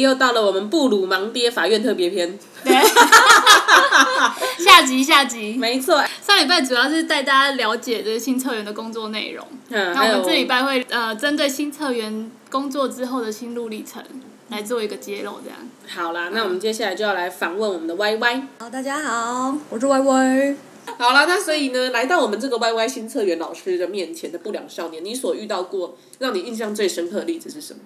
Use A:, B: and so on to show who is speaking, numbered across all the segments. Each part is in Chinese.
A: 又到了我们布鲁盲爹法院特别篇，
B: 下集下集，
A: 没错，
B: 上礼拜主要是带大家了解就是新策员的工作内容，
A: 嗯，
B: 那
A: 还
B: 我
A: 有
B: 们这礼拜会呃针对新策员工作之后的心路历程来做一个揭露，这样。
A: 好啦，那我们接下来就要来访问我们的 Y Y。
C: 好，大家好，我是歪歪。
A: 好啦，那所以呢，来到我们这个 Y Y 新策员老师的面前的不良少年，你所遇到过让你印象最深刻的例子是什么？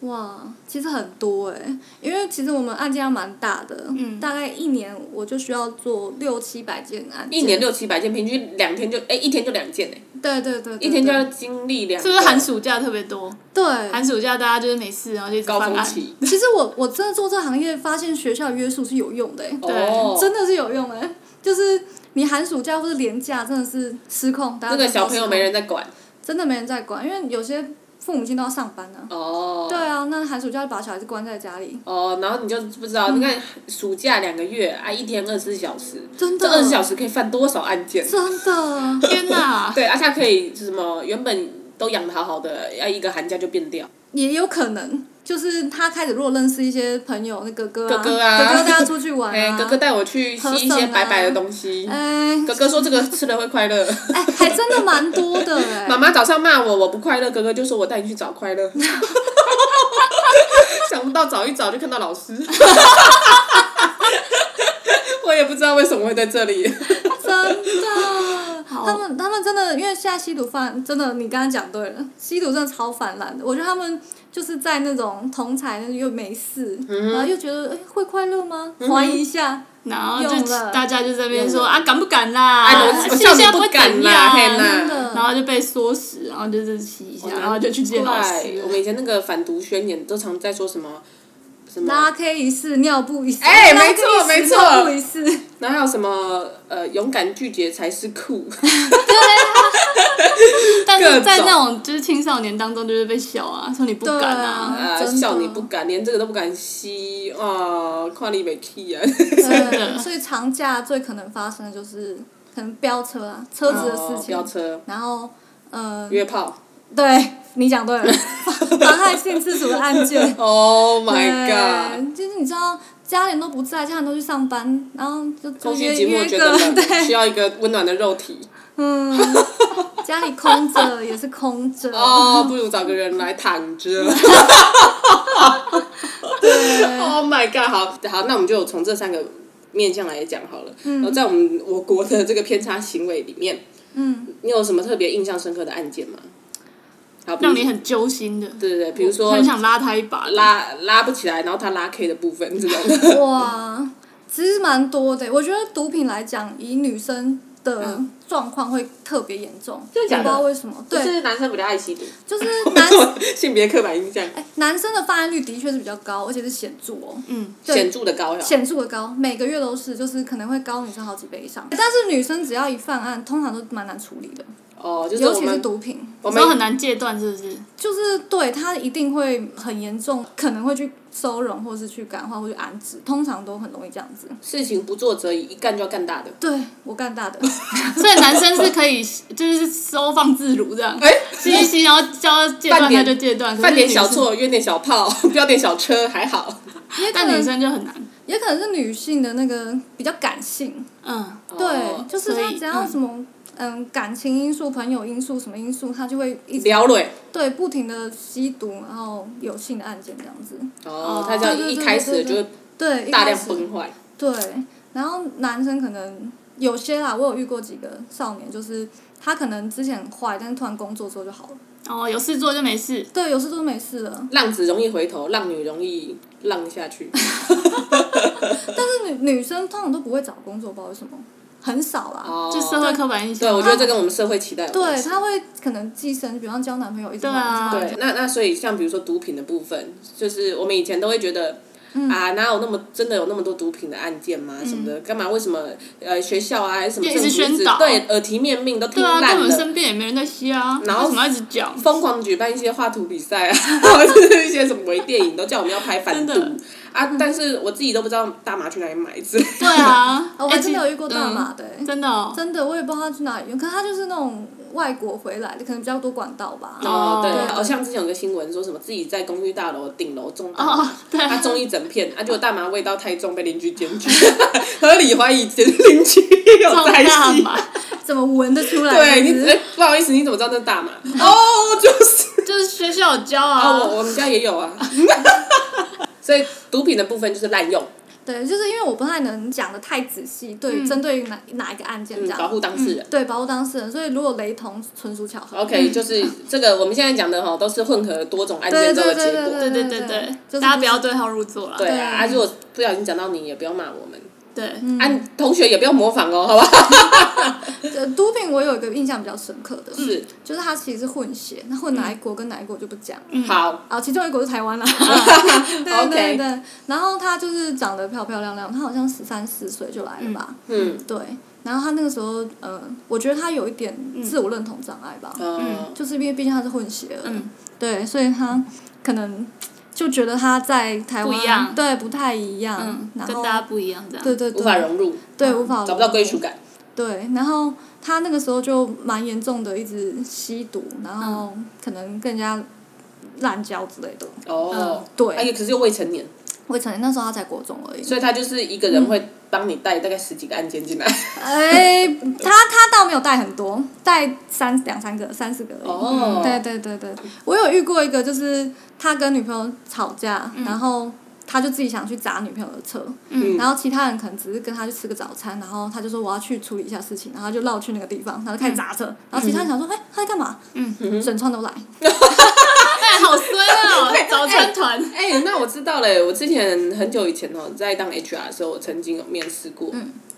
C: 哇，其实很多哎、因为其实我们案件量蛮大的，
B: 嗯
C: 大概一年我就需要做六七百件案件，
A: 一年，六七百件，平均两天就哎、一天就两件哎、
C: 对对对啊
A: 一天就要经历两个，
B: 是不是寒暑假特别多？
C: 对。
B: 寒暑假大家就是没事，然后就一直
A: 高
B: 翻
A: 峰
B: 案。
A: 期？
C: 其实我我真的做这行业，发现学校约束是有用的、欸，
B: 对
A: 哦，
C: 真的是有用哎、就是你寒暑假或者年假真的是失控，大家
A: 那个
C: 真的
A: 小
C: 超
A: 朋
C: 失
A: 友
C: 控
A: 没人在管
C: 啊真的没人在管，因为有些父母亲都要上班呢、啊。
A: 哦。
C: 对啊，那寒暑假就把小孩子关在家里，
A: 哦，然后你就不知道，
C: 嗯
A: 你看暑假两个月啊，一天二十四小时，
C: 真
A: 这
C: 的
A: 二十四小时可以犯多少案件？
C: 真的。
B: 天哪！
A: 对，而且可以是什么？原本都养的好好的，要一个寒假就变掉。
C: 也有可能，就是他开始如果认识一些朋友，那哥哥啊，
A: 哥哥啊
C: 带他出去玩
A: 哎、
C: 啊，
A: 哥哥带我去吸一些白白的东西。
C: 哎
A: 哥哥说这个吃了会快乐，
C: 哎，还真的蛮多的哎、
A: 妈妈早上骂我我不快乐，哥哥就说我带你去找快乐。 想不到找一找就看到老师， 我也不知道为什么会在这里。
C: 真的。
B: 好
C: 他们他们真的，因为现在吸毒犯真的，你刚刚讲对了，吸毒真的超泛滥的。我觉得他们就是在那种同才，那又没事，
A: 嗯
C: 然后又觉得哎会快乐吗？怀疑一下，
B: 然后
C: 用
B: 就
C: 了
B: 大家就在那边
A: 用
B: 说
A: 了
B: 啊，敢不敢啦？
A: 哎，我我
B: 线
A: 叫你
B: 下
A: 不
B: 会
A: 敢
B: 怎
A: 啦，嘿
B: 样？
A: 啦。
C: 真的
B: 然后就被唆使，然后就是洗一下，然后就去见老
A: 对
B: 师
A: 我。们以前那个反毒宣言都常在说什么什么
C: 拉 K 一次，尿布一次，
A: 哎
C: 拉
A: 没
C: K
A: 错
C: 一次
A: 没错
C: 尿布 一次，
A: 然后还有什么呃，勇敢拒绝才是 酷，
B: 但
A: 各
B: 是
A: 种
B: 在那种就是青少年当中，就是被笑啊，说你不敢啊，
C: 对
A: 啊，
C: 真的
A: 笑你不敢，连这个都不敢吸啊，跨立美 key 啊，
C: 对，嗯所以长假最可能发生的就是可能飙车啊，车子的 事
A: 哦
C: 情，
A: 飙车、
C: 然后嗯、
A: 约炮
C: 对你讲 对了，妨害性自主的案件。
A: ，Oh
C: 对
A: my god，
C: 就是你知道家人都不在，家人都去上班，然后就就
A: 空虚
C: 约
A: 寂寞
C: 约
A: 觉得
C: 个
A: 冷，需
C: 对，
A: 要一个温暖的肉体，
C: 嗯，家里空着也是空 着，
A: 哦，不如找个人来躺 着。Oh my god！好好，那我们就从这三个面向来讲好了。然后在我们我国的这个偏差行为里面，
C: 嗯，
A: 你有什么特别印象深刻的案件吗？好，比如
B: 让你很揪心的，
A: 对对对，比如说
B: 很想拉他一把。，
A: 拉拉不起来，然后他拉 K 的部分这种。
C: 哇，其实蛮多的。我觉得毒品来讲，以女生的状况会特别严重，
A: 真的假的
C: 我不知道为什么，
A: 就
C: 对，
A: 是男生比较爱吸毒，
C: 就是男
A: 性别刻板印象
C: 哎，男生的犯案率的确是比较高，而且是显著哦，
B: 嗯，
C: 对
A: 显著的高呀。
C: 显著的高，每个月都是，就是可能会高女生好几倍以上。但是女生只要一犯案，通常都蛮难处理的，
A: 哦，就是
C: 尤
A: 我
C: 其是
A: 们
C: 毒品，
A: 我
B: 说很
A: 们
B: 难戒断，是不是？
C: 就是对他一定会很严重，可能会去收容，或是去感化，或去安置，通常都很容易这样子。
A: 事情不做则已，一干就要干大的。
C: 对我干大 的，
B: 所以男生是可以就是收放自如这 样，
A: 哎，
B: 吸一吸，然后叫他戒断
A: 犯
B: 他
A: 点
B: 就戒断，
A: 犯点小
B: 可是女生，
A: 错，约点小炮，飙点小车还好。
C: 也可
B: 但女
C: 能
B: 生就很难。
C: 也可能是女性的那个比较感性，
B: 嗯，
A: 哦
C: 对，就是
B: 所
C: 她
B: 以
C: 只要
B: 嗯
C: 什么嗯感情因素、朋友因素什么因素，她就会一直
A: 聊欸蕊。
C: 对，不停的吸毒，然后有性的案件这样子。
A: 哦
B: 哦，
A: 他只要
C: 对对
A: 一
C: 对
A: 开始
C: 对
A: 就
C: 对
A: 会
C: 对，一
A: 大
C: 开
A: 量
C: 始
A: 崩坏。
C: 对，然后男生可能有些啦，我有遇过几个少年，就是他可能之前很坏，但是突然工作之后就好了。
B: 哦，有事做就没事。
C: 对，有事做就没事了。
A: 浪子容易回头，浪女容易浪下去。
C: 但是女女生通常都不会找工作，不知道为什么，很少啦。
A: 哦，
B: 就社会刻板印象。啊
A: 对，我觉得这跟我们社会期待有关
C: 对，
A: 系。
C: 她会可能寄生，比方交男朋友一直
B: 对
C: 玩，
B: 啊
C: 一直玩
A: 对，那那所以像比如说毒品的部分，就是我们以前都会觉得。啊，哪有那么真的有那么多毒品的案件吗？什么的，干嘛？为什么呃学校啊还是什么
B: 就一
A: 政府
B: 直宣导
A: 对耳提面命都听
B: 对啊，
A: 烂
B: 根本
A: 了，
B: 身边也没人在吸啊，
A: 然后
B: 为什么要一直讲？
A: 疯狂举办一些画图比赛啊， 或者是一些什么微电影，都叫我们要拍反毒
B: 真的
A: 啊。但是我自己都不知道大麻去哪里买 之类的。
B: 对啊，
C: 哦我
B: 哎
C: 还真的有遇过
A: 嗯
B: 其
C: 大麻的、欸
B: 真的哦，
C: 真的，我也不知道他去哪里用，可是他就是那种外国回来的，可能比较多管道吧。
A: 哦，对，
C: 对
A: 好像之前有个新闻说什么自己在公寓大楼顶楼种大麻，
B: 哦，对，
A: 他种一整片，啊，结果大麻味道太重，被邻居检举， 合理怀疑前邻居有
B: 种
A: 在
B: 大
A: 吸。
B: 麻，
C: 怎么闻得出来？
A: 对
C: 是
A: 你
C: 不是
A: 哎、不好意思，你怎么知道那是大麻？哦，就是
B: 就是学校有教
A: 啊，
B: 啊，
A: 我我们家也有啊。 所以毒品的部分就是滥用，嗯
C: 对，就是因为我不太能讲的太仔细，对，针对于哪哪一个案件这
A: 嗯，
C: 样，
A: 保护当事人。
C: 对，保护当事人。所以如果雷同，纯属巧合。
A: OK，、就是这个我们现在讲的哈，都是混合多种案
C: 对
A: 件之后
C: 对
A: 的
C: 对
A: 结
C: 对
A: 果。
B: 对对
C: 对
B: 对对，
C: 就是
B: 大家
C: 不
B: 不要
C: 是
B: 对号入座啦，
A: 对
C: 对
A: 啊，啊，如果不小心讲到你，也不要骂我们，
B: 对，
C: 嗯
A: 啊，你同学也不要模仿哦，好吧？
C: 呃，毒品我有一个印象比较深刻的，
A: 是，嗯
C: 就是它其实是混血，那混哪一国跟哪一国就不讲。
A: 好，
C: 啊，其中一国是台湾 啦，对
A: 嗯
C: 对
A: 啊 OK
C: 对。然后她就是长得漂漂亮亮，她好像十三四岁就来了吧？
A: 嗯，
C: 对。然后她那个时候，呃，我觉得她有一点自我认同障碍吧，
A: 嗯，
C: 就是因为毕竟她是混血儿，
B: 嗯
C: 对，所以她可能就觉得她在台
B: 不一样
C: 湾对不太一样，
B: 嗯，
C: 然
B: 跟
C: 后
B: 大家不一样这样，
C: 对对
A: 啊无法
C: 对，
A: 融入，
C: 对无法
A: 嗯找不到
C: 融
A: 归
C: 入
A: 属感。
C: 对，然后他那个时候就蛮严重的，一直吸毒，然后
A: 嗯
C: 可能更加滥交之类的。
A: 哦，
C: 嗯对
A: 而且可是又未成年，
C: 未成年那时候他才国中而已。
A: 所以他就是一个
C: 嗯
A: 人会帮你带大概十几个案件进来。
C: 哎，他他倒没有带很多，带三两三个、三四个而已。嗯
A: 哦
C: 对对对对，我有遇过一个，就是他跟女朋友吵架，然后他就自己想去砸女朋友的车，
A: 嗯
C: 然后其他人可能只是跟他去吃个早餐，然后他就说我要去处理一下事情，然后他就绕去那个地方，然后就
A: 嗯
C: 开始砸车，然后其他人想说，哎、他在干嘛？嗯，整串都来，
B: 哎，好衰哦，早餐团，
A: 哎、那我知道嘞。我之前很久以前哦，在当 HR 的时候，我曾经有面试过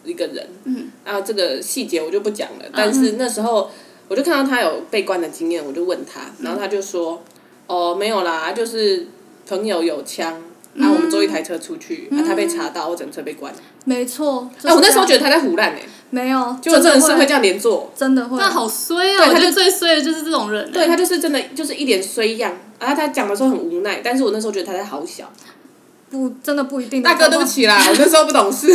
A: 一个人，嗯，啊，这个细节我就不讲了。但是那时候我就看到他有被关的经验，我就问他，然后他就说，哦，没有啦，就是朋友有枪，啊，我们坐一台车出去，啊，他被查到，我整车被关。
C: 没错。就是
A: 哎、我那时候
C: 这
A: 觉得
C: 样
A: 他在胡乱哎，
C: 没有，
A: 结果这人是会
C: 会
A: 这样连坐。
C: 真的会，
B: 那好衰哦，
A: 对
B: 我
A: 他
B: 觉
A: 就
B: 得最衰的就是这种人，欸
A: 对他就是真的就是一脸衰样，然后他讲的时候很无奈，但是我那时候觉得他在好小。
C: 不真的不一定。
A: 大哥，对不，起啦，我那时候不懂 事，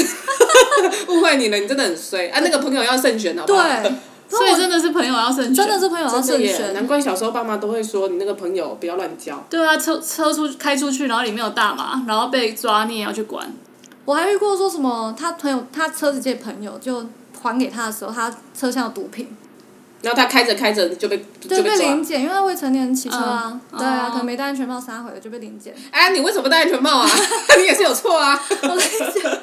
A: 误会你了，你真的很衰啊！那个朋友要慎选，好不好？
C: 对，
B: 所以真的是朋友要慎选，
C: 真的是朋友
A: 哦
C: 要
A: 真的
C: 慎
A: 耶
C: 选，
A: 难怪小时候爸妈都会说你那个朋友不要乱交。
B: 对啊，车车出开出去，然后里面有大麻，然后被抓，你也要去管。
C: 我还遇过说什么，他朋友他车子借朋友就还给他的时候，他车厢有毒品，
A: 然后他开着开着就被
C: 对，
A: 就
C: 被
A: 被抓
C: 临。检，因为他未成年骑车啊，
B: 嗯
C: 对啊，
B: 哦
C: 可能没戴安全帽杀回了就被临检。
A: 哎，你为什么戴安全 帽啊？你也是有错啊！
C: 我在想，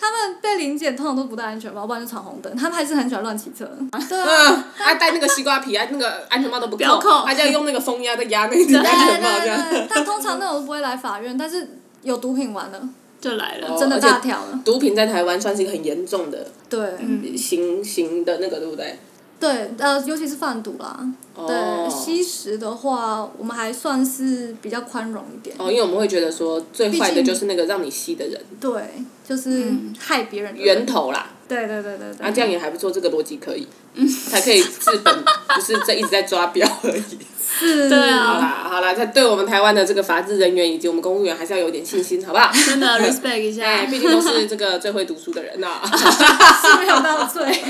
C: 他们被临检通常都不戴安全帽，不然就闯红灯，他们还是很喜欢乱骑车。对啊，
A: 嗯，啊，戴那个西瓜皮啊，那个安全帽都不
B: 不要扣
A: 他就用那个风压在压那只
C: 对啊
A: 安全帽这
C: 对
A: 样。
C: 对，但通常那种都不会来法院，但是有毒品玩了，
B: 就来了，
A: 哦
C: 真的
A: 而且
C: 大条了。
A: 毒品在台湾算是一个很严重的
C: 对
A: 嗯行行的那个，对不对？
C: 对，呃，尤其是贩毒啦。
A: 哦
C: 对，吸食的话，我们还算是比较宽容一点。
A: 哦，因为我们会觉得说最坏
C: 毕
A: 的
C: 竟
A: 就是那个让你吸的人
C: 对，就是害别人的
A: 嗯
C: 人
A: 源头啦。
C: 对对对对对。
A: 啊，这样也还不错，这个逻辑可以，才可以治本，不是在一直在抓标而已。
C: 是。
B: 对
A: 好
B: 啊
A: 啦，好啦，在对我们台湾的这个法制人员以及我们公务员还是要有点信心，好不好？
B: 真的 respect 一
A: 哎，
B: 下。
A: 毕竟都是这个最会读书的人 呐、
C: 是没有到最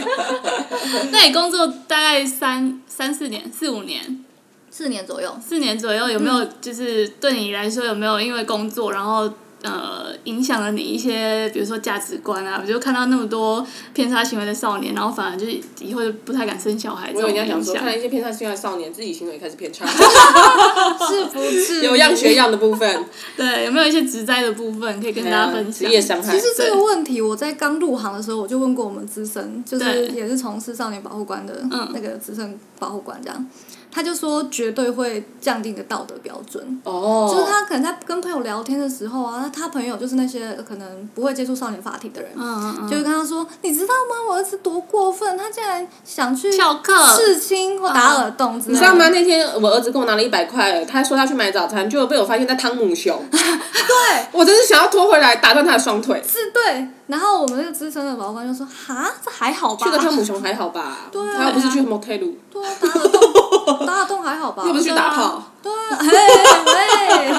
B: 那你工作大概三三四年、四五年、
C: 四年左右。
B: 四年左右，有没有
A: 嗯
B: 就是对你来说有没有因为工作然后？呃，影响了你一些，比如说价值观啊，比如看到那么多偏差行为的少年，然后反而就是以后就不太敢生小孩这
A: 我有
B: 种
A: 人家
B: 影
A: 想说，看
B: 响
A: 来。一些偏差性爱少年，自己行为开始偏 差，
C: 是不是？
A: 有样学。样的部分，
B: 对，有没有一些职灾的部分可以跟大家分
A: 啊职
B: 享？嗯
A: 业伤害
C: 其。实这个问题，我在刚入行的时候，我就问过我们资深，就是
B: 对
C: 也是从事少年保护官的
A: 嗯
C: 那个资深保护官这样，他就说绝对会降低你的道德标准。
A: 哦，
C: 就是他可能在跟朋友聊天的时候啊，那他朋友就是那些可能不会接触少年法庭的人，
B: 嗯嗯
C: 就会跟他说：“你知道吗？我儿子多过分，他竟然想去
B: 嗯，翘课，
C: 刺青或打耳洞
A: 嗯
C: 之
A: 你
C: 类
A: 知道
C: 的。
A: 吗？那天我儿子跟我拿了一百块，他说他去买早餐，结果被我发现在汤姆熊，
C: 对，
A: 我真是想要拖回来打断他的双腿。
C: 是对。然后我们那个资深的保护官就说：“哈，这还好吧？
A: 去个汤姆熊还好吧？
C: 对啊
A: 他又不是去 motel，
C: 对啊，打耳洞，打耳洞还好吧？
A: 又不是去打炮。
C: 对啊，哎喂，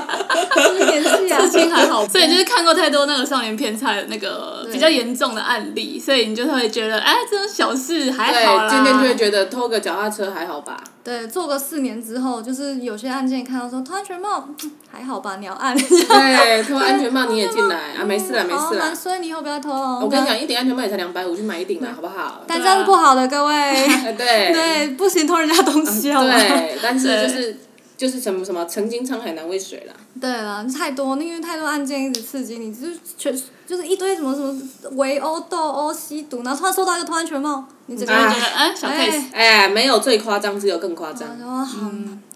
C: 这是年纪啊，
B: 刺青还 好，所以就是看过太多那个少年偏差的那个比较严重的案例，所以你就会觉得，哎，这种小事还好啦。
A: 对，渐渐就会觉得偷个脚踏车还好吧？
C: 对，做个四年之后，就是有些案件看到说偷安全帽嗯还好吧，你要按，
A: 对，偷安全帽你也进来 啊？没啊事啦，没
C: 好
A: 事啦
C: 蛮。衰，你以后不要偷哦。
A: 我跟你讲，一顶安全帽也才两百五，去买一顶啦，好不好？
C: 但这样是不好的，各位。
A: 哎对
C: 对，不行偷人家东西好吗？
A: 对， 但是就是就是什么什么，曾经沧海难为水啦。
C: 对了，太多，因为太多案件一直刺激你，就是全就是一堆什么什么围殴、斗殴、吸毒，然后突然收到一个偷安全帽，你 整
B: 就
C: 个
B: 会
C: 人
B: 觉得，哎，小 case，
A: 哎，没有最夸张，只有更夸张。
C: 然后好，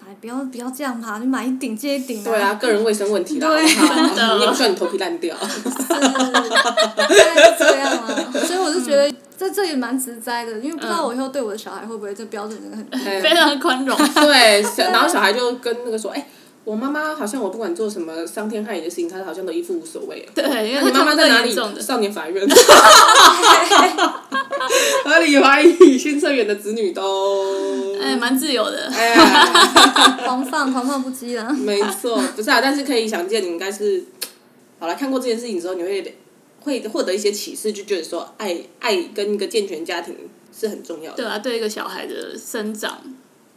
C: 哎，不要不要这样吧，你买一顶接一顶、
A: 对啊，，个人卫生问题啦，
C: 对
A: 好不
B: 真的
A: 好你也不需要你头皮烂 掉。
C: 大概是这样啊。所以我是觉得在这也蛮直栽的，因为不知道我以后对我的小孩会不会这标准真的很低。
A: 哎
B: 非常宽容。
A: 对，小然后小孩就跟那个说，哎、我妈妈好像我不管做什么伤天害理的事情，她好像都一副无所谓。
B: 对，因 为
A: 你妈
B: 他
A: 妈
B: 们
A: 在
B: 更
A: 哪
B: 严
A: 里
B: 重？的，
A: 少年法院。合理怀疑新社员的子女都。
B: 哎，蛮自由的。
A: 哎，
C: 狂放狂放不羁了。
A: 没错，不是啊，但是可以想见，你应该是，好了，看过这件事情之后，你会会获得一些启示，就觉得说爱爱跟一个健全家庭是很重要的。
B: 对啊，对一个小孩的生长、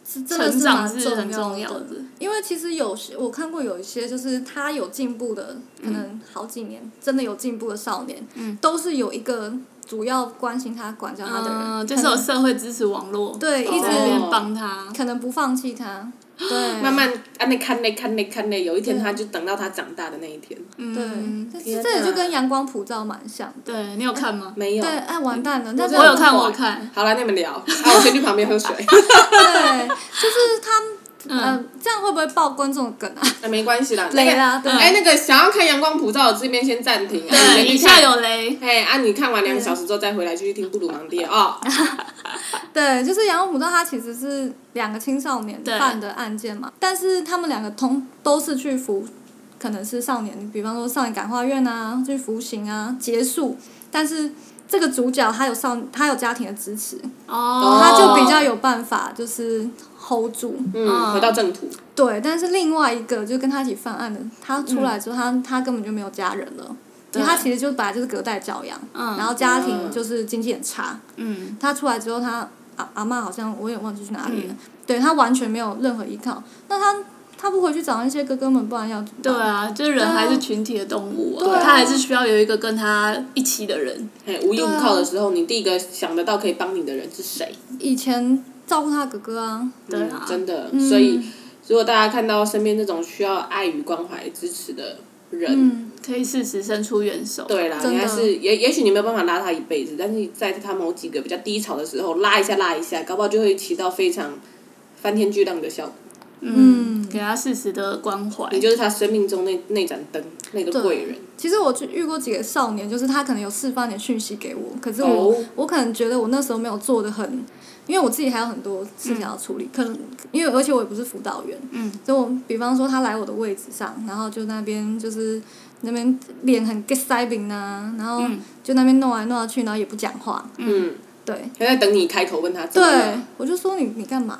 C: 是真的
B: 成
C: 是
B: 长
C: 蛮
B: 是很
C: 重
B: 重要
C: 的
B: 的。。
C: 因为其实有些我看过有一些，就是他有进步的，
B: 嗯
C: 可能好几年、真的有进步的少年，都是有一个主要关心他、管教他的人，
B: 嗯，就
C: 可
B: 是
C: 能
B: 有社会支持网络，
C: 对一直
B: 在那边帮他。
C: 可能不放 弃他，对，
A: 慢慢啊，那看那看那看那，有一天他就等到他长大的那一天。
C: 对，
B: 嗯，
C: 但
A: 天
C: 是这也就
A: 哪
C: 跟阳光普照蛮像的。
B: 对你有看吗？
A: 没有
C: 对，，哎，完蛋了！但是
B: 我有看，
A: 很
B: 我有
A: 坏
B: 看。
A: 好了，你们聊。啊，我先去旁边喝水。
C: 对，就是他们，
B: 嗯，
C: 呃，这样会不会爆观众梗啊？
A: 那没关系啦，
C: 累啦
A: 那
C: 对
A: 个哎，那个想要看阳光普照的这边先暂停，啊
B: 对，
A: 你
B: 以
A: 先去看
B: 下。有雷。
A: 哎，啊，你看完两个小时之后再回来继续听布鲁芒爹啊。
C: 对，就是阳光普照，它其实是两个青少年
B: 对
C: 犯的案件嘛，但是他们两个同都是去服，可能是少年，比方说少年感化院啊，去服刑啊，结束，但是。这个主角他有少，他有家庭的支持，
B: 哦，
C: 他就比较有办法，就是 hold 住。
A: 嗯，回到正途。
C: 对，但是另外一个就跟他一起犯案的，他出来之后，他他根本就没有家人了，因为他其实就本来就是隔代教养，
B: 嗯
C: 然后家
A: 嗯
C: 庭就是经济很差，
B: 嗯，
C: 他出来之后他，阿阿嬷好像我也忘记去哪里了，对他完全没有任何依靠，那他他不回去找那些哥哥们，不然要
B: 对啊，就是人还是群体的动物
C: 对
B: 啊，
C: 啊
B: 他还是需要有一个跟他一起的人。
A: 哎，无依无靠的时候，你第一个想得到可以帮你的人是谁？嗯
C: 以前照顾他哥哥啊，嗯
B: 对啊，
A: 真的，所以如果大家看到身边这种需要爱与关怀支持的人，
C: 嗯，
B: 可以适时伸出援手。
A: 对啦，
C: 真
A: 你
C: 的
A: 还是也也许你没有办法拉他一辈子，但是在他某几个比较低潮的时候拉一下拉一下，搞不好就会起到非常翻天巨浪的效果。
B: 嗯，给他适时的关怀。
A: 你就是他生命中那那盏灯，那个贵人。
C: 其实我就遇过几个少年，就是他可能有释放点讯息给我，可是我、
A: 哦
C: 我可能觉得我那时候没有做的很，因为我自己还有很多事情要处理，可能因为而且我也不是辅导员，嗯，所以我比方说他来我的位置上，然后就那边就是那边脸很 get 塞饼啊，然后就那边弄来弄去，然后也不讲话，
A: 嗯，
C: 对
A: 他在等你开口问他怎么
C: 对
A: 了。，
C: 我就说你你干嘛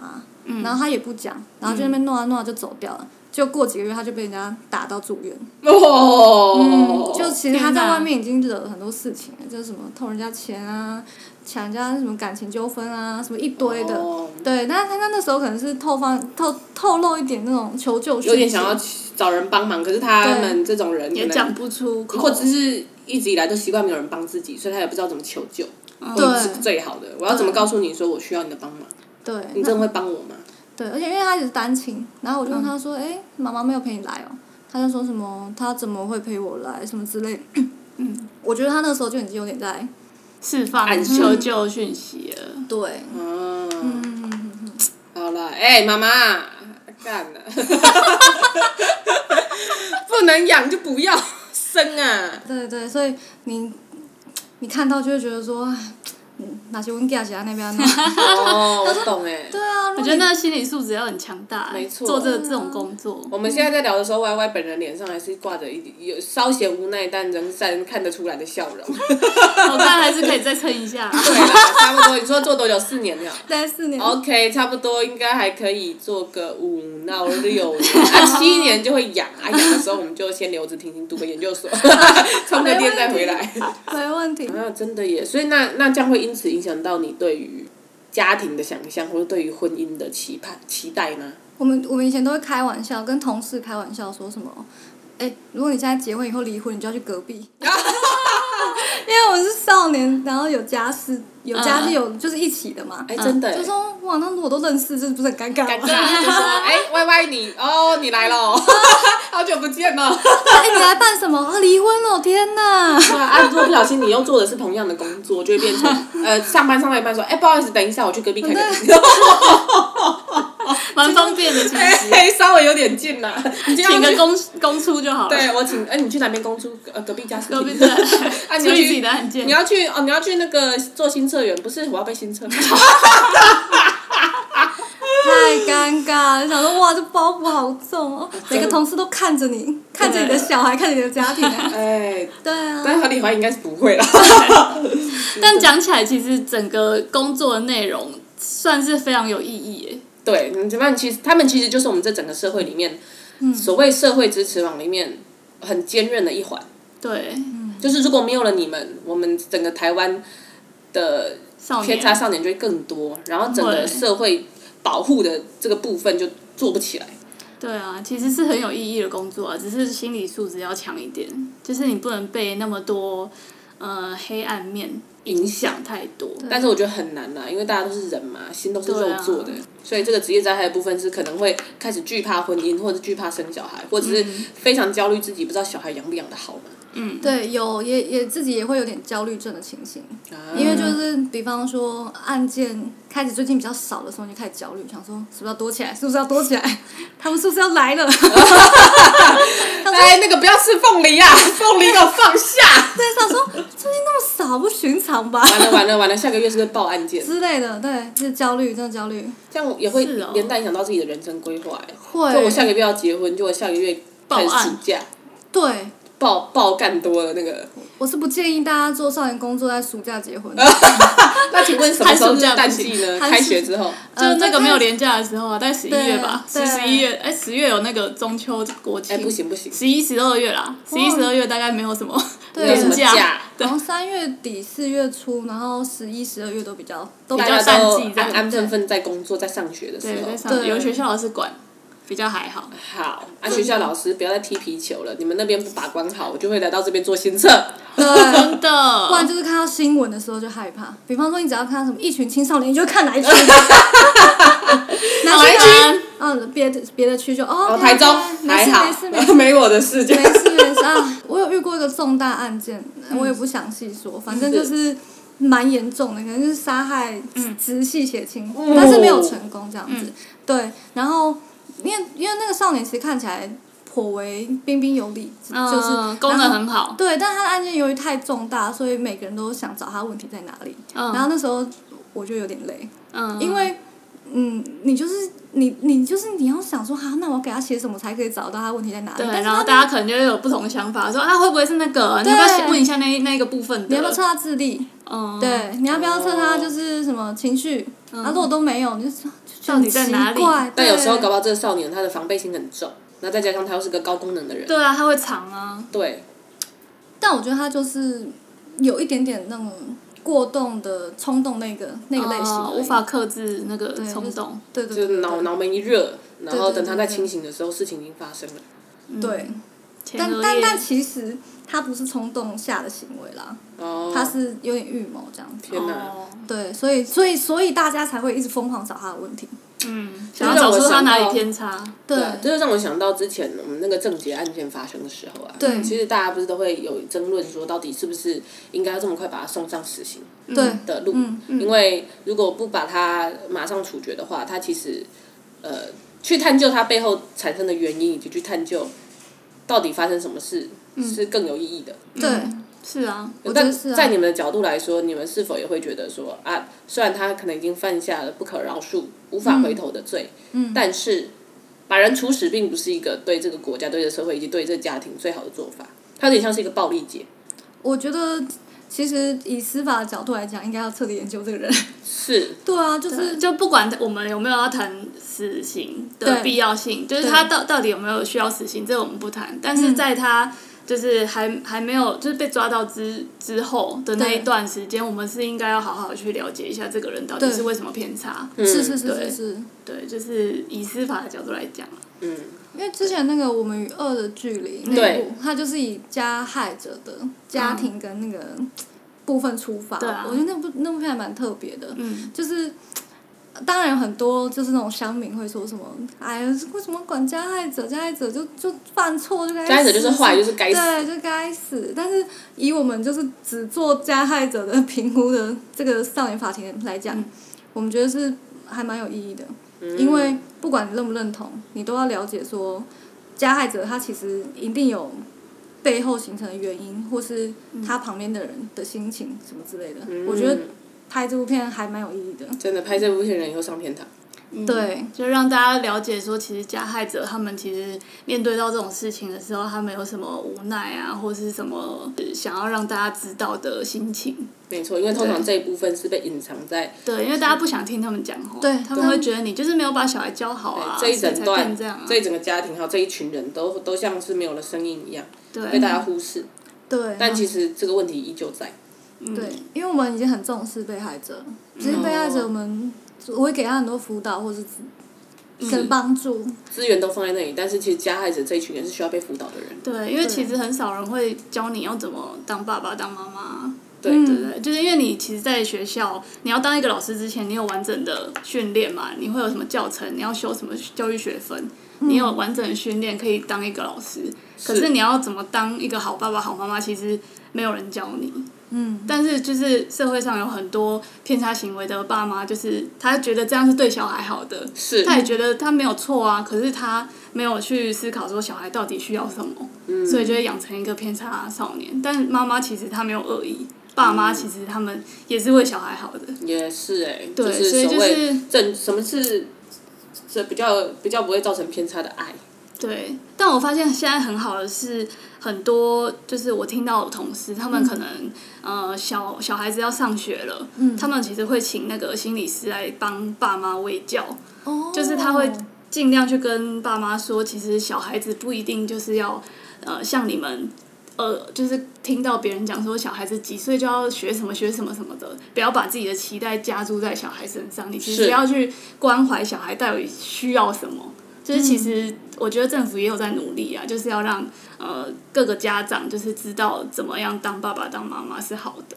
C: 啊、然后他也不讲，然后就那边弄啊弄啊就走掉了，就过几个月他就被人家打到住院。
A: 哦
C: 嗯，，就其实他
B: 天
C: 在
B: 哪
C: 外面已经惹了很多事情了，就是什么偷人家钱啊，抢人家什么感情纠纷啊，什么一堆的。
A: 哦
C: 对，但是他那时候可能是透放透透露一点那种求救讯息，
A: 有点想要找人帮忙，可是他们这种人可
B: 也
A: 能
B: 讲不出口，
A: 或者是一直以来都习惯没有人帮自己，所以他也不知道怎么求救。我是
C: 嗯对
A: 最好的，我要怎么告诉你说我需要你的帮忙？
C: 对
A: 你真的会帮我吗？
C: 对，而且因为他也是单亲，然后我
A: 嗯
C: 就问他说：“哎、妈妈没有陪你来哦？”他就说什么他怎么会陪我来什么 之类。嗯，我觉得他那时候就已经有点在
B: 释放
A: 暗示
B: 求救讯息了。
C: 对，
A: 嗯，
C: 嗯，
A: 好了，哎、妈妈，干了， 不能养就不要生啊！
C: 对对，所以你你看到就会觉得说，唉嗯，哪些文件写在那边呢？
A: 哦，我懂哎。
C: 啊对啊，
B: 我
C: 我
B: 觉得那个心理素质要很强大，欸
A: 没错
B: 做这这种工作，
A: 我们现在在聊的时候，Y Y 本人脸上还是挂着一有稍显无奈，但仍然看得出来的笑容。
B: 我看还是可以再撑一下。啊
A: 对啦，差不多。你说做多久？四年了。
C: 待四年，
A: OK，差不多应该还可以做个五到六年，啊七年就会养啊，养的时候我们就先留着婷婷读个研究所， 充个电再回来。
C: 没问题。
A: 啊，真的耶！所以那那这样会因此影响到你对于家庭的想象，或者对于婚姻的期盼期待 吗？
C: 我们我们以前都会开玩笑，跟同事开玩笑说什么，哎、如果你现在结婚以后离婚，你就要去隔壁，因为我们是少年，然后有家室，有家
B: 嗯
C: 是有、就是一起的嘛，嗯
A: 哎、真的耶、
C: 就说哇，那如果都认识，这不是很尴尬
A: 感
C: 吗？
A: 觉啊就说哎歪歪你哦，你来 喽，好久不见了。
C: 哎、你来办什么？啊，离婚了，天哪！
A: 对啊，啊如果不小心你又做的是同样的工作，就会变 成呃上班上到一半说哎、不好意思，等一下我去隔壁看看。
B: 蛮方便 的，其实
A: 嘿，稍微有点近啦， 你
B: 请
A: 今天要
B: 个
A: 去
B: 公公出就好了。
A: 对我请，哎、你去哪边公租？呃，隔壁家是
B: 隔壁对，
A: 啊，你
B: 处
A: 要
B: 理自己
A: 去
B: 的，案件
A: 你。要去哦，你要去那个做新社员，不是？我要被新 社员。
C: 太尴尬了，想说哇，这包袱好重哦，每个同事都看着你，看着你的小孩，看着你的家庭、哎
A: 哎，
C: 对啊，
A: 但是合理怀疑应该是不会啦。
B: 但讲起来，其实整个工作的内容算是非常有意义欸耶。
A: 对，你怎么样？其实他们其实就是我们这整个社会里面，
B: 嗯
A: 所谓社会支持网里面很坚韧的一环。
B: 对，
A: 就是如果没有了你们，我们整个台湾的
B: 少
A: 偏差
B: 年，
A: 少年就会更多，然后整个
B: 会
A: 社会保护的这个部分就做不起来。
B: 对啊，其实是很有意义的工作啊，只是心理素质要强一点，就是你不能被那么多呃黑暗面影响太多。
A: 但是我觉得很难啦，啊因为大家都是人嘛，心都是肉
B: 对啊
A: 做的，所以这个职业灾害的部分是可能会开始惧怕婚姻，或者惧怕生小孩，或者是
B: 嗯
A: 非常焦虑自己不知道小孩养不养得好嘛。
C: 对，有也也自己也会有点焦虑症的情形，
A: 啊
C: 因为就是比方说案件开始最近比较少的时候，你就开始焦虑，想说是不是要躲起来，是不是要躲起来，他们是不是要来了？
A: 哎，那个不要吃凤 梨啊，凤梨给我放下！
C: 对，想说最近那么少，不寻常吧
A: 完了完了完了，下个月是不是报案件？
C: 之类的，对，就是焦虑，真的焦虑，
A: 这样也会
B: 是哦
A: 连带影响到自己的人生规划、欸。
C: 会
A: 就我下个月要结婚，就我下个月开始
B: 报案
A: 请假，
C: 对。
A: 报报干多了那个。
C: 我是不建议大家做少年工作在暑假结婚，
A: 啊那请问什么时候
B: 寒暑
A: 是
B: 假不
A: 淡
B: 行呃
A: 季呢？
C: 寒暑
A: 开学之后，
B: 就那个没有
C: 连。
B: 廉价的时候啊，大概十一月吧，
C: 对
B: 十十一月，哎，十月有那个中秋国
A: 哎、
B: 庆，
A: 不行不行，
B: 十一、十二月啦，十一、
C: 哇
B: 十二月大概没有什么
C: 哦对 哦
A: 有什么
B: 廉价
A: 假？
B: 对
C: 然后三月底四月初，然后十一、十二月都比较都比
A: 大
C: 较
A: 家
B: 淡
A: 都
B: 季这样
A: 安安分分在工作，在上学的时
B: 对，在
A: 候。
B: 上
C: 对
B: 有学校老师管，比较还好。
A: 好，啊，学校老师不要再踢皮球了，你们那边不把关好，我就会来到这边做新测。
C: 哦对，
B: 真的，
C: 不然就是看到新闻的时候就害怕。比方说，你只要看到什么一群青少年，你就看哪一群，
B: 好
C: 哪
B: 来
C: 一
B: 一
C: 群，
B: 群
C: 嗯，别的别的区就哦
A: 哦，，台中
C: 没
A: 还
C: 事没
A: 好
C: 事没，事。
A: 没我的事就
C: 没事没事啊，我有遇过一个重大案件，我也不详细说，反正就是蛮严重的，可能就是杀害直系血亲，
A: 哦
C: 但是没有成功这样子。对，然后因为因为那个少年其实看起来颇为彬彬有礼，就是
B: 嗯，功能。
C: 然后
B: 很好，
C: 对，但他的案件由于太重大，所以每个人都想找他问题在哪里。
B: 嗯
C: 然后那时候我就有点累，
B: 嗯，
C: 因为，嗯，你就是你，你就是你要想说，哈、那我要给他写什么才可以找到他问题在哪里？
B: 对，
C: 但是
B: 然后
C: 他
B: 大家可能就会有不同的想法，说啊会不会是那个？你要不要问一下那那个部分的？
C: 你要不要测他智力？
B: 嗯，
C: 对，你要不要测他就是什么情绪？然后如果都没有，你就就就
B: 到底在哪里
C: 很奇怪
A: 但有时候搞
C: 对
A: 不好这个少年他的防备心很重，那再加上他又是个高功能的人，
B: 对啊，它会藏啊，
A: 对，
C: 但我觉得他就是有一点点那种过动的冲动那个那个类型
B: 哦
C: 而已，
B: 无法克制那个
C: 对
B: 冲动。，
C: 就是对对
A: 就
C: 对
A: 是
C: 对
A: 脑脑门一热，然后
C: 对对
A: 等他再
C: 对对
A: 清醒的时候，事情已经发生了。
C: 对，
B: 前
C: 但
B: 额
C: 但
B: 叶
C: 但其实他不是冲动下的行为啦，
A: 哦，
C: 他是有点预谋这样子。
A: 天哪！
B: 哦
C: 对，所以所以所以大家才会一直疯狂找他的问题。
B: 嗯，想要找出它哪里偏差。
C: 对
A: 啊这就让我想到之前我们那个郑捷案件发生的时候啊，
C: 对
A: 其实大家不是都会有争论说，到底是不是应该要这么快把他送上死刑
C: 对
A: 的路？
C: 嗯
A: 因为如果不把他马上处决的话，他其实呃去探究他背后产
C: 嗯
A: 生的原因，以及去探究到底发生什么事、是更有意义的。
C: 对，
B: 是啊，
C: 我觉
A: 但
C: 得是啊
A: 在你们的角度来说，你们是否也会觉得说啊，虽然他可能已经犯下了不可饶恕、无法回头的罪，嗯、但是把人处死并不是一个对这个国家、对这个社会以及对这个家庭最好的做法，它有点像是一个暴力解。
C: 我觉得其实以司法的角度来讲，应该要彻底研究这个人。
A: 是，
C: 对啊，就是
B: 就不管我们有没有要谈死刑的
C: 对嗯
B: 必要性，就是他到到底有没有需要死刑，这个我们不谈。但是在他就是还还没有就是被抓到之之后的那一
C: 对
B: 段时间，我们是应该要好好去了解一下这个人到底
C: 对
B: 是为什么偏差。
C: 是是是
B: 对
C: 是是，
B: 对，就是以司法的角度来讲，啊
A: 嗯，
C: 因为之前那个《我们与恶的距离》那一
A: 对
C: 部，它就是以加害者的家庭跟那个部分出发，
B: 对啊
C: 我觉得那部那部片还蛮特别的，
B: 嗯，
C: 就是。当然有很多就是那种乡民会说什么，哎呀，为什么管加害者？加害者就就犯错就该
A: 加害者就是
C: 死
A: 坏，就是该死。
C: 对，就该死。但是以我们就是只做加害者的评估的这个少年法庭来
A: 嗯
C: 讲，我们觉得是还蛮有意义的，因为不管你认不认同，你都要了解说，加害者他其实一定有背后形成的原因，或是他旁边的人的心情什么之类的。我觉得
A: 嗯
C: 拍这部片还蛮有意义的。
A: 真的拍这部片的人以后上天堂。
C: 对，
B: 嗯就让大家了解说，其实加害者他们其实面对到这种事情的时候，他们有什么无奈啊，或是什么呃想要让大家知道的心情。
A: 没错，因为通常这一部分是被隐藏在
B: 对，因为大家不想听他们讲话，
C: 对
B: 他们会觉得你就是没有把小孩教好啊，
A: 这一
B: 所以
A: 整
B: 才
A: 段
B: 变这样啊，
A: 这一整个家庭还有这一群人都都像是没有了声音一样，被
B: 对
A: 大家忽视。
C: 对，
A: 但其实这个问题依旧在。
C: 对，因为我们已经很重视被害者，
A: 嗯
C: 其实被害
A: 哦
C: 者我们我会给他很多辅导或是跟帮助，
A: 资源都放在那里，但是其实加害者这一群人是需要被辅导的人。
B: 对，因为其实很少人会教你要怎么当爸爸、当妈妈。
A: 对
B: 对不对，就是因为你其实，在学校你要当一个老师之前，你有完整的训练嘛？你会有什么教程？你要修什么教育学分？你有完整的训练可以当一个老师。可是你要怎么当一个好爸爸、好妈妈，其实没有人教你。
C: 嗯，
B: 但是就是社会上有很多偏差行为的爸妈，就是他觉得这样是对小孩好的，
A: 是
B: 他也觉得他没有错啊，可是他没有去思考说小孩到底需要什么，
A: 嗯
B: 所以就会养成一个偏差少年。但妈妈其实她没有恶意，爸妈其实他们也是为小孩好的。
A: 也是哎、
B: 对
A: 就是
B: 所以
A: 所
B: 就是
A: 谓正什么是这比较比较不会造成偏差的爱，
B: 对，但我发现现在很好的是，很多就是我听到我同事，他
A: 嗯
B: 们可能、呃小小孩子要上学了，
A: 嗯
B: 他们其实会请那个心理师来帮爸妈喂教，
C: 哦，
B: 就是他会尽量去跟爸妈说，其实小孩子不一定就是要呃像你们。呃，就是听到别人讲说小孩子几岁就要学什么学什么什么的，不要把自己的期待加注在小孩身上。你其实
A: 是
B: 要去关怀小孩到底需要什么。就是其实我觉得政府也有在努力啊，就是要让呃各个家长就是知道怎么样当爸爸当妈妈是好的。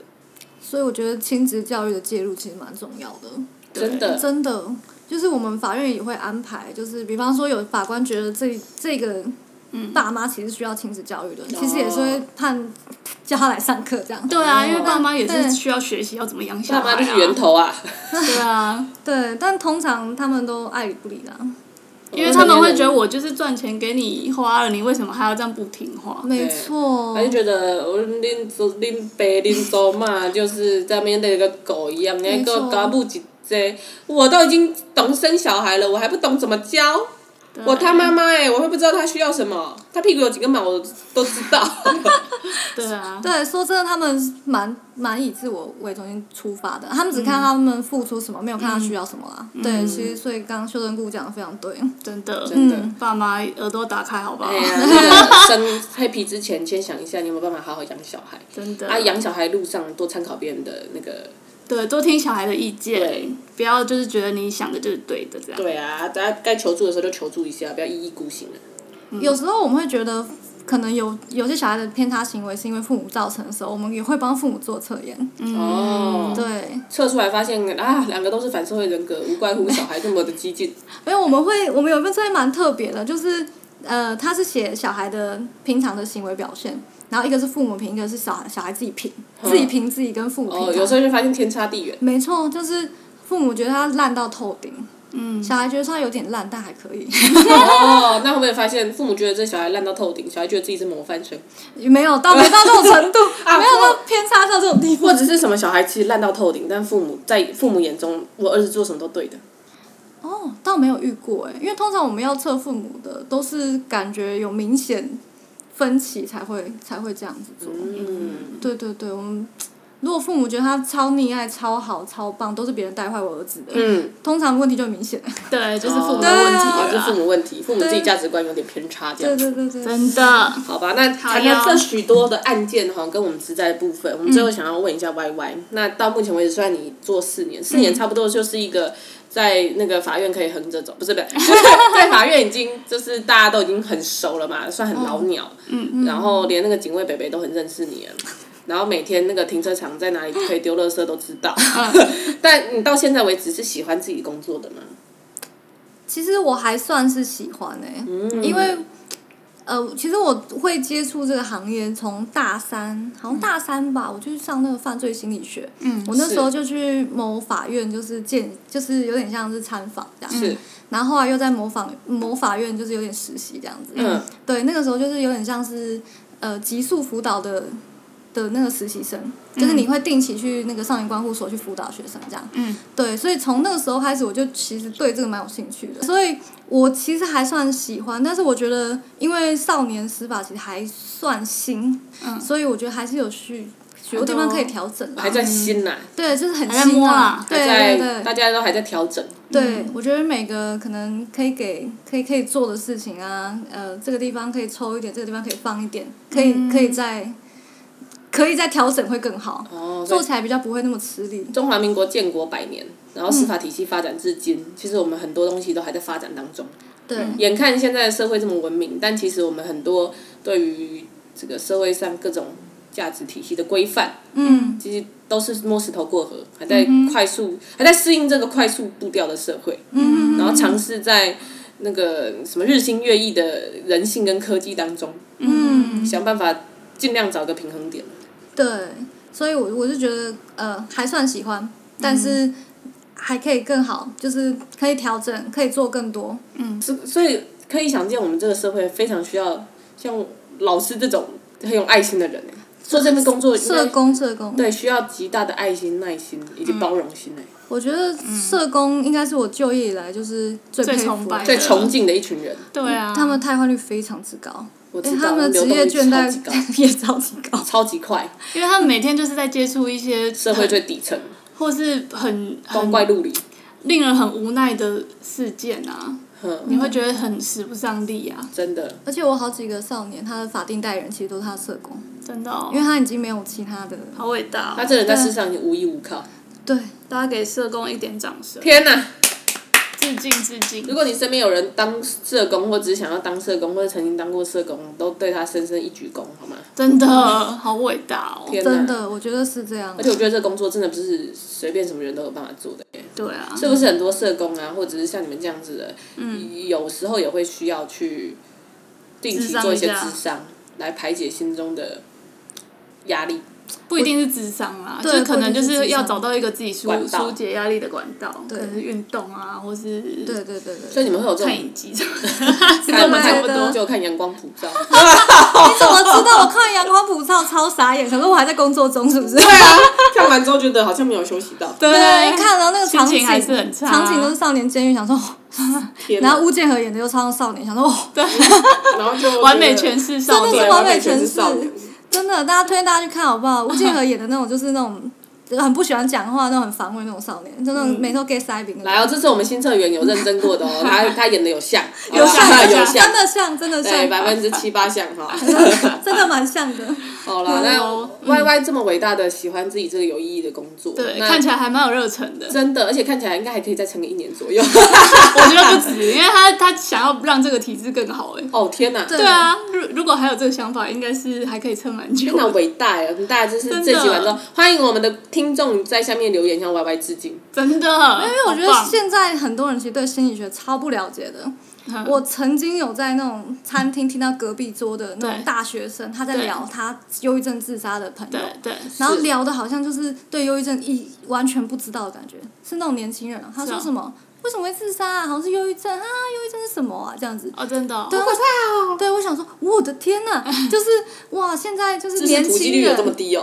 C: 所以我觉得亲子教育的介入其实蛮重要的，
A: 真的
C: 真的。就是我们法院也会安排，就是比方说有法官觉得这这个爸妈其实需要亲子教育的，其实也是会判叫他来上课这样。
B: 对啊，因为爸妈也
C: 对
B: 是需要学习要怎么养小
A: 哦爸
B: 孩、啊。
A: 妈就是源头啊，
B: 对啊，
C: 对，但通常他们都爱理不理啦，
A: 因
B: 因为他们会觉得我就是赚钱给你花了，你为什么还要这样不听话？
C: 没错
A: 他。就觉得我拎走拎白拎走嘛，就是在面对一个狗一样，那
C: 没错
A: 个嘎布几这，我都已经懂生小孩了，我还不懂怎么教。我他妈妈哎，我会不知道他需要什么，他屁股有几根毛我都知 道。
B: 对啊，
C: 对，说真的，他们蛮蛮以自我为中心出发的，他们只看他们付出什么，没有看他需要什么啦。对，其实所以刚刚修正顾讲的非常对，
B: 真的，
A: 真的
B: 爸妈耳朵打开好不好
A: 哎？呀，那个生 happy 之前，先想一下你有没有办法好好养小孩。
B: 真的，
A: 啊，养小孩路上多参考别人的那个。
B: 对，多听小孩的意见
A: 对，
B: 不要就是觉得你想的就是对的这样。
A: 对啊，大家该求助的时候就求助一下，不要一意孤行了。啊
C: 有时候我们会觉得，可能有有些小孩的偏差行为是因为父母造成的时候，我们也会帮父母做测验。
A: 哦，
C: 嗯对，
A: 测出来发现啊，两个都是反社会人格，无怪乎小孩这么的激进。
C: 因为我们会，我们有一份测验蛮特别的，就是呃，他是写小孩的平常的行为表现，然后一个是父母评，一个是小孩小孩自己评，自己评自
A: 哦
C: 己跟父母评。
A: 哦，有时候就发现天差地远。
C: 没错，就是父母觉得他烂到透顶，
B: 嗯，
C: 小孩觉得说他有点烂，但还可以。
A: 哦，那会不会发现父母觉得这小孩烂到透顶，小孩觉得自己是模范生，
C: 没有到没到这种程度，
A: 啊
C: 没有到偏差到这种地步
A: 或。者是什么小孩其实烂到透顶，但父母在父母眼中，我儿子做什么都对的。
C: 哦，倒没有遇过哎，因为通常我们要测父母的都是感觉有明显分歧才会才会这样子做。
A: 嗯，
C: 对对对，我们如果父母觉得他超溺爱、超好、超棒，都是别人带坏我儿子的，
A: 嗯，
C: 通常问题就很明显。
B: 对，就是父母的
C: 哦
B: 问题
A: 啊，
B: 了
A: 就
B: 啦
A: 父母问题，父母自己价值观有点偏差这
C: 对
A: 样。
C: 对对
A: 啊
C: 对，
B: 真的，
A: 好嗯吧，那谈了这许多的案件哈，跟我们职在的部分，我们最后想要问一下 Y Y，、那到目前为止，虽然你做四年，四年差不多就是一个在那个法院可以横着走，不 是不是，在法院已经就是大家都已经很熟了嘛，算很老鸟，嗯，然后连那个警卫北北都很认识你了。然后每天那个停车场在哪里可以丢垃圾都知道， 但你到现在为止是喜欢自己工作的吗？
C: 其实我还算是喜欢哎、
A: 嗯
C: 因为呃，其实我会接触这个行业，从大三好像大三吧，我就去上那个犯罪心理学。嗯，我那时候就去某法院，就是见，就是有点像是参访这样。
A: 是。
C: 然后后来啊又在某法某法院，就是有点实习这样子。
A: 嗯，
C: 对，那个时候就是有点像是呃急速辅导的的那个实习生，
A: 嗯
C: 就是你会定期去那个少年关护所去辅导学生这样。
B: 嗯，
C: 对，所以从那个时候开始，我就其实对这个蛮有兴趣的，所以我其实还算喜欢，但是我觉得因为少年司法其实还算新，
B: 嗯
C: 所以我觉得还是有许许多地方可以调整啦
A: 还。在新呐、
C: 对，就是很
B: 还在
C: 新
B: 摸
C: 啊
B: 啦，
C: 对
A: 还
C: 对
A: 在
C: 对
A: 大。家都还在调整，
C: 对，我觉得每个可能可以给可以可以做的事情啊，呃，这个地方可以抽一点，这个地方可以放一点，可以、可以再可以再调整会更好，
A: 哦，所以
C: 做起来比较不会那么吃力。
A: 中华民国建国百年，然后司法体系发展至今，其实我们很多东西都还在发展当中。嗯
C: 对，
A: 眼看现在的社会这么文明，但其实我们很多对于这个社会上各种价值体系的规范，
C: 嗯，
A: 其实都是摸石头过河，还在快速，还在适应这个快速步调的社会，
C: 嗯
A: 然后尝试在那个什么日新月异的人性跟科技当中，
C: 嗯，
A: 想办法尽量找个平衡点。
C: 对，所以我我是觉得呃还算喜欢，但是
A: 嗯
C: 还可以更好，就是可以调整，可以做更多。
A: 是，所以可以想见，我们这个社会非常需要像老师这种很有爱心的人欸做这份工作应
C: 社
A: 该
C: 工，嗯社工，
A: 对需要极大的爱心、耐心以及包容心哎，
C: 我觉得社工应该是我就业以来就是最
B: 最
C: 佩服
B: 崇拜
C: 的
A: 最
B: 的
A: 崇敬的一群人。
B: 对啊，
C: 他们汰换率非常之高，
A: 我知
C: 哎，
A: 道
C: 他们的
A: 流
C: 职
A: 动
C: 业
A: 率
C: 倦
A: 超级高，
C: 怠 也超级 高。
A: 超级快，
B: 因为他们每天就是在接触一些
A: 社会
B: 很
A: 最底层，
C: 嗯
B: 或是很
A: 光
B: 很
A: 怪陆离。
B: 令人很无奈的事件啊，
A: 哼，
C: 嗯
B: 你会觉得很使不上力啊，
A: 嗯真的，
C: 而且我好几个少年，他的法定代理人其实都是他的社工，
B: 真的、哦
C: 因，为他已经没有其他的。
B: 好伟大、
A: 他
B: 哦！
A: 这人在世上已经无依无靠。
C: 对，
B: 大家给社工一点掌声，
A: 天哪！
B: 致敬致敬
A: 如。果你身边有人当社工，或只是想要当社工，或者曾经当过社工，都对他深深一鞠躬，好吗？
B: 真的好伟大哦！
A: 天
C: 真
A: 哪！
C: 的，我觉得是这样
A: 而。且我觉得这工作真的不是随便什么人都有办法做的欸。
B: 对啊，
A: 是不是很多社工啊，或者是像你们这样子的，有时候也会需要去定期
B: 咨商
A: 做一些
B: 一下
A: 智商，来排解心中的压力。
B: 不一定是智商啊啦，就
C: 对
B: 是可能就
C: 不一定是
B: 是
C: 智
B: 要
C: 商
B: 找到一个自己疏
A: 管道
B: 疏解压力的管道，可
C: 对
B: 能是运动啊，或是
C: 对对对对，
A: 所以你们会有这
B: 看
A: 种
B: 影集这种。
A: 看
C: 么
A: 差
C: 来
A: 不
C: 的
A: 多就看阳光普照。
C: 你怎么知道？我看阳光普照超傻眼，想说我还在工作中，是不是？
A: 对啊，看完之后觉得好像没有休息 到。
C: 对，一看到那个场
B: 心
C: 景
B: 情还是很差啊
C: 场景都是少年监狱，想说，哦
A: 天哪
C: 然后吴建和演的又超像少年，想说，哦，
A: 然后就
B: 完美诠释少
C: 真的
A: 对
C: 是
B: 年，
C: 完
A: 完
C: 美
A: 美
C: 诠
A: 诠
C: 释
A: 释少年。
C: 真的，大家推荐大家去看好不 好？吴建和演的那种就是那种很不喜欢讲话、那种很防卫那种少年，就那种每次都 get 塞饼
A: 嗯
C: 的那种。
A: 来哦，这次我们新测员有认真过的哦，他他演的有像，
C: 有
A: 好
C: 像
A: 吧
C: 有
A: 有
C: 像，真的像，真的
A: 对，
C: 像，
A: 百分之七八像哈。
C: 真的蛮像的。
A: 好了，
B: 哦
A: 那 Y Y 这么伟大的喜欢自己这个有意义的工作，
B: 对，
A: 那
B: 看起来还蛮有热忱的。
A: 真的，而且看起来应该还可以再撑个一年左右。
B: 我觉得不止，因为他他想要让这个体制更好哎。
A: 哦天哪，
C: 对
B: 对啊，如如果还有这个想法，应该是还可以撑蛮久
A: 天。哪，伟大呀！我们大家就是
B: 真的
A: 这集完之后，欢迎我们的听众在下面留言向 Y Y 致敬。
B: 真的，因
C: 因为我觉得现在很多人其实对心理学超不了解的，
B: 嗯
C: 我曾经有在那种餐厅听到隔壁桌的那种
B: 对
C: 大学生，他在
B: 对
C: 聊他忧郁症自杀的朋友
B: 对，对，
C: 然后
A: 是
C: 聊的好像就是对忧郁症一完全不知道的感觉，是那种年轻人啊。他
B: 是
C: 说
B: 啊
C: 什么？为什么会自杀啊？好像是忧郁症啊，忧郁症是什么啊？这样子。
B: 哦，真的哦，
C: 对，我怕哦。对，我想说，我的天呐，就是哇，现在就是
A: 知识
C: 年
A: 普及
C: 轻
A: 率有
C: 人
A: 这么低哦？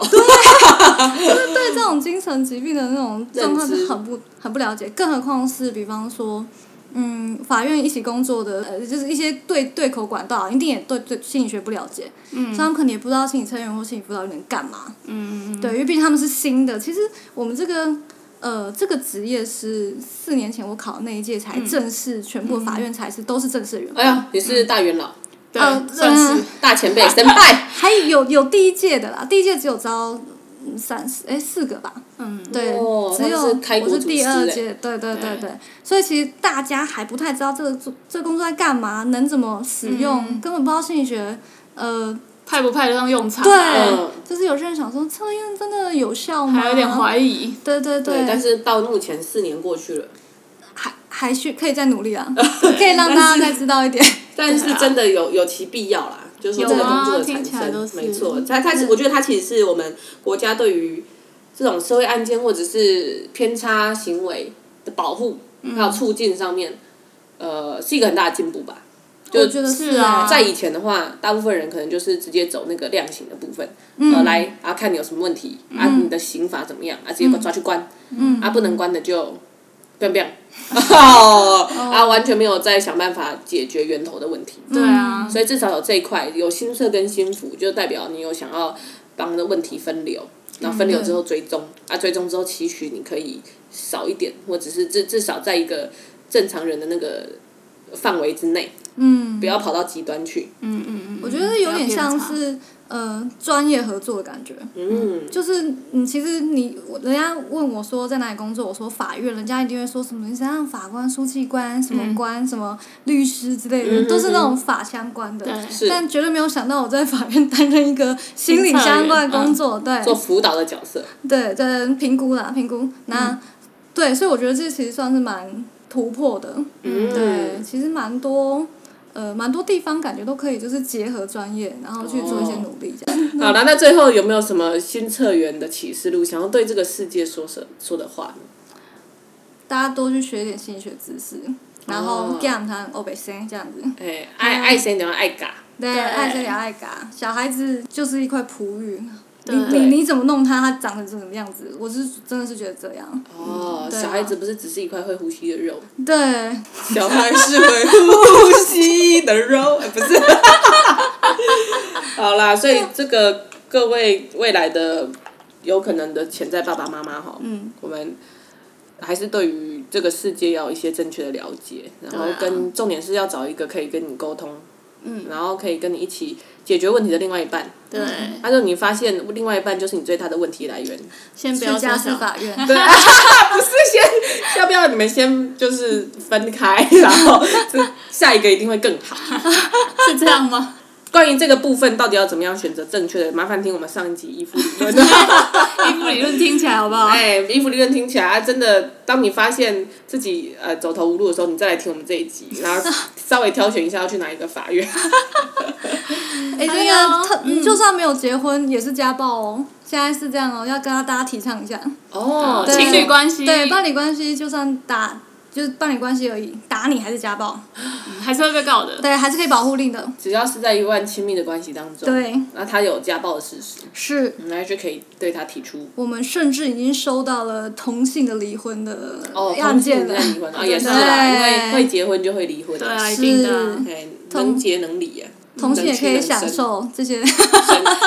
C: 就是对这种精神疾病的那种状况
A: 认知
C: 是很不很不了解，更何况是比方说，嗯，法院一起工作的，呃，就是一些对对口管道，一定也对对心理学不了解，嗯，所以他们可能也不知道心理测验或心理辅导员能干嘛，
B: 嗯，嗯嗯
C: 对，因为毕竟他们是新的。其实我们这个呃这个职业是四年前我考那一届才正式，全部法院才是、都是正式的员工。
A: 哎呀，你是大元老、
C: 呃
B: 对，算是
C: 嗯
A: 大前辈、先拜，
C: 还有有第一届的啦，第一届只有招嗯三四哎四个吧，
B: 嗯，
C: 对，
A: 哦
C: 只有
A: 他们是开国
C: 我是
A: 祖
C: 第
A: 师
C: 二
A: 欸
C: 届，对对对
B: 对
C: 对，所以其实大家还不太知道这个做这个工作在干嘛，能怎么使用，
B: 嗯
C: 根本不知道心理学，呃，
B: 派不派得上用场？啊
C: 对，
A: 嗯
C: 就是有些人想说测验真的有效吗？
B: 还有点怀疑。
C: 对对对，
A: 对，但是到目前四年过去了，
C: 还还需可以再努 力啊，可以让大家再知道一点。
A: 但是真的有有其必要啦，就是说这个工作的产
B: 有啊听起来都
A: 生，
B: 是
A: 没错，它它其我觉得它其实是我们国家对于这种社会案件或者是偏差行为的保护，还有促进上面，呃，是一个很大的进步吧。 就
C: 我觉得
B: 是啊
C: 啊，
A: 在以前的话，大部分人可能就是直接走那个量刑的部分，呃，来啊看你有什么问题，啊你的刑罚怎么样，啊直接抓去关，啊不能关的就，变变，啊完全没有在想办法解决源头的问题，
B: 对啊，
A: 所以至少有这一块有心社跟心服，就代表你有想要帮的问题分流，然后分流之后追
C: 嗯
A: 踪，啊追踪之后期许你可以少一点，或者是至至少在一个正常人的那个范围之内，
C: 嗯
A: 不，要跑到极端去，
B: 嗯嗯嗯，
C: 我觉得有点像
B: 不要偏差
C: 是呃专业合作的感觉。
A: 嗯。
C: 就是你其实你我人家问我说在哪里工作，我说法院，人家一定会说什么你是像法官、书记官、什么官、什么律师之类的，
A: 嗯
C: 都是那种法相关的。
B: 对
A: 是
C: 但绝对没有想到我在法院担任一个心理相关的工作，对
A: 做辅导的角色，
C: 对对，评估啦，评估那、对，所以我觉得这其实算是蛮突破的。
A: 嗯，
C: 对，其实蛮多。呃，蛮多地方感觉都可以，就是结合专业，然后去做一些
A: 哦
C: 努力这样。
A: 好了，那最后有没有什么新策源的启示录，想要对这个世界说什说的话呢？
C: 大家多去学一点心理学知识，然后
A: 哦
C: gam 他欧北生这样子。
A: 哎、
C: 嗯
A: 爱爱谁你要爱嘎，
C: 对，
B: 对
C: 爱这里爱嘎，小孩子就是一块璞玉，你
B: 对
C: 你你怎么弄他，他长成这种样子，我是真的是觉得这样。
A: 哦，
C: 对啊
A: 小孩子不是只是一块会呼吸的肉，
C: 对，
A: 小孩是会呼吸的肉，哎 不是。好啦，所以这个各位未来的有可能的潜在爸爸妈妈哈，
B: 嗯，
A: 我们还是对于这个世界要有一些正确的了解，然后
B: 对啊
A: 跟、重点是要找一个可以跟你沟通，嗯，然后可以跟你一起解决问题的另外一半。
B: 对，
A: 那就你发现另外一半就是你最大的问题来源，
B: 先不要
C: 去
B: 说
C: 家
B: 小
C: 事法院。
A: 对，不是先要不要你们先就是分开，然后这下一个一定会更好。
B: 是这样吗？
A: 关于这个部分到底要怎么样选择正确的，麻烦听我们上一集依附理论。
B: 依附理论听起来好不好？
A: 哎，依附理论听起来、啊真的，当你发现自己呃走投无路的时候，你再来听我们这一集，然后稍微挑选一下要去哪一个法 院。
C: 哎，
B: 还
C: 这
B: 有
C: 个特就算没有结婚也是家暴哦，现在是这样哦，要跟大家提倡一下。
A: 哦
C: 对
B: 情侣关系
C: 对，伴侣关系就算打就是伴侣关系而已，打你还是家暴，
B: 还是会被告的。
C: 对，还是可以保护令的。
A: 只要是在一段亲密的关系当中，
C: 对，
A: 那他有家暴的事实，
C: 是
A: 你还是可以对他提出
C: 我们甚至已经收到了同性的离婚的
A: 哦，
C: 案件
A: 同
C: 了。
A: 性恋离婚啊，也是啦，因为会结婚就会离婚，
B: 对啊，一
C: 是
B: 定的啊。
A: 哎，能结能离啊，
C: 同性也可以
A: 能屈能
C: 享
A: 伸。
C: 受这些。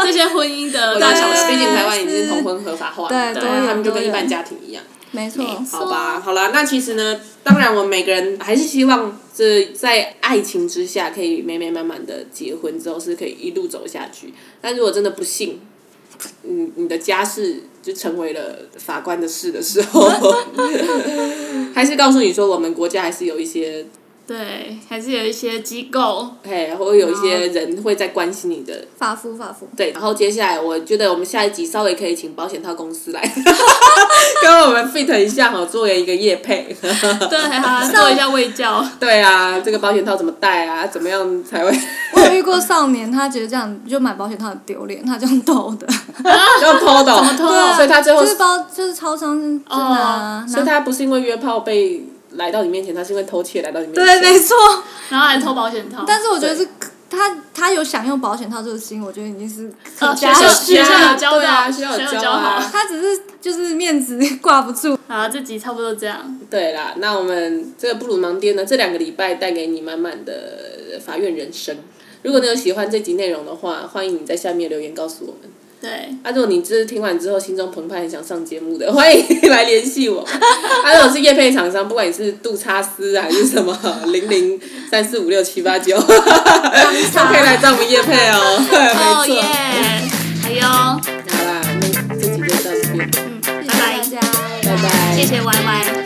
B: 这些婚姻的
A: 我在想
B: 小
A: 说，
B: 事
A: 毕竟
B: 情
A: 台湾已经同婚合法化了，
C: 对
A: 啊
B: 多元
A: 他们就跟
C: 多
A: 一
C: 元
A: 般家庭一样。
C: 没错，
A: 好吧，好啦，那其实呢，当然我们每个人还是希望这在爱情之下可以美美满满的结婚之后是可以一路走下去。但如果真的不幸，你你的家事就成为了法 官的事的时候，还是告诉你说我们国家还是有一些
B: 对，还是有一些机构，
A: 嘿，或者有一些人会在关心你的，
C: 发肤发肤，
A: 对。然后接下来，我觉得我们下一集稍微可以请保险套公司 来跟我们 fit 一下哦，作为一个业配。
B: 对啊，做一下卫教，
A: 对啊，这个保险套怎么戴啊？怎么样才会？
C: 我有遇过少年，他觉得这样就买保险套很丢脸，他就用抖的，
A: 就偷的，
B: 偷的
C: 对啊
A: 所以他最后，
C: 就是包就是超商真的啊，
A: 所以
C: 拿
A: 他不是因为约炮被来到你面前，他是因为偷窃来到你面前。
C: 对，没错。
B: 然后还偷保险套。
C: 但是我觉得是他他有想用保险套这个心，我觉得已经哦是
B: 呃
C: 很
B: 学校
C: 事
B: 学校有
C: 了。
B: 教
A: 对啊
B: 导，
A: 学校有
B: 有
A: 教啊
B: 好。
C: 他只是就是面子挂不住，
B: 好，这集差不多这样。
A: 对啦，那我们这个布鲁盲爹呢，这两个礼拜带给你满满的法院人生。如果你有喜欢这集内容的话，欢迎你在下面留言告诉我们。
B: 对，
A: 啊，如果你就是听完之后心中澎湃，很想上节目的，欢迎来联系我。 啊，如果是叶配厂商，不管你是杜叉斯啊还是什么 零零三四五六七八九，都可以来找我们叶配哦。
B: 哦
A: 没错
B: 耶，还有，
A: 好啦，那这集就到这边，
B: 嗯，
C: 谢
B: 拜
C: 谢
B: 拜，
C: 大家，
A: 拜拜。
B: 谢谢 Y Y。